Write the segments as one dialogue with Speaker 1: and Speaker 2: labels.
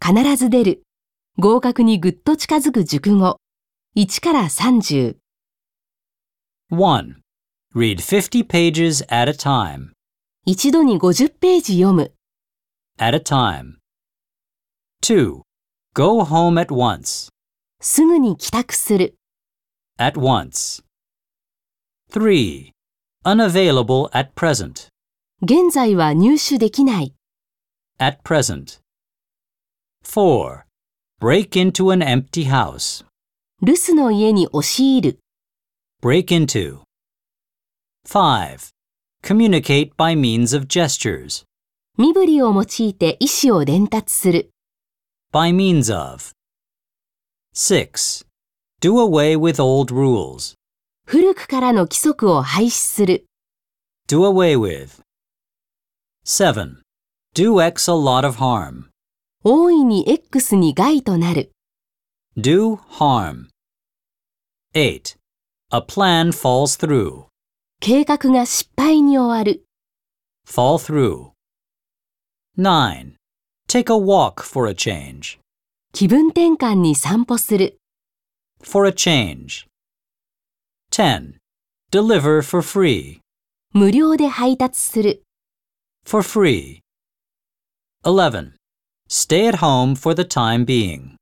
Speaker 1: 必ず出る。合格にぐっと近づく熟語。1から30。
Speaker 2: 1. Read 50 pages at a time.
Speaker 1: 一度に50ページ読む。
Speaker 2: At a time. 2. Go home at once.
Speaker 1: すぐに帰宅する。
Speaker 2: At once. 3. Unavailable at present.
Speaker 1: 現在は入手できない。
Speaker 2: At present. 4. Break into an empty house.
Speaker 1: 留守の家に押し入る。
Speaker 2: Break into. 5. Communicate by means of gestures.
Speaker 1: 身振りを用いて意思を伝達する。
Speaker 2: By means of. 6. Do away with old rules.
Speaker 1: 古くからの規則を廃止する。
Speaker 2: Do away with. 7. Do X a lot of harm.
Speaker 1: 大いに X に害となる。
Speaker 2: Do harm. 8. A plan falls through.
Speaker 1: 計画が失敗に終わる。
Speaker 2: Fall through. 9. Take a walk for a change.
Speaker 1: 気分転換に散歩する。
Speaker 2: For a change. 10. Deliver for free.
Speaker 1: 無料で配達する。
Speaker 2: For free. 11. Stay at home for the time being.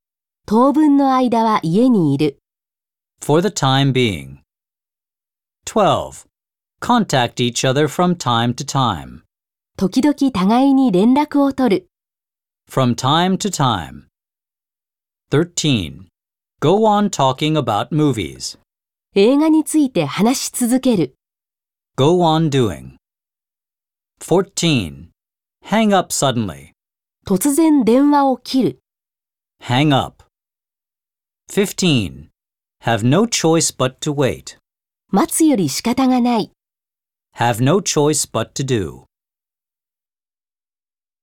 Speaker 1: 当分の間は家にいる。
Speaker 2: For the time being. 12. Contact each other from time to time.
Speaker 1: 時々互いに連絡を取る。
Speaker 2: From time to time. 13. Go on talking about movies.
Speaker 1: 映画について話し続ける。
Speaker 2: Go on doing. 14. Hang up suddenly.
Speaker 1: 突然電話を切る。
Speaker 2: Hang up. 15. Have no choice but to wait.
Speaker 1: 待つより仕方がない。
Speaker 2: Have no choice but to do.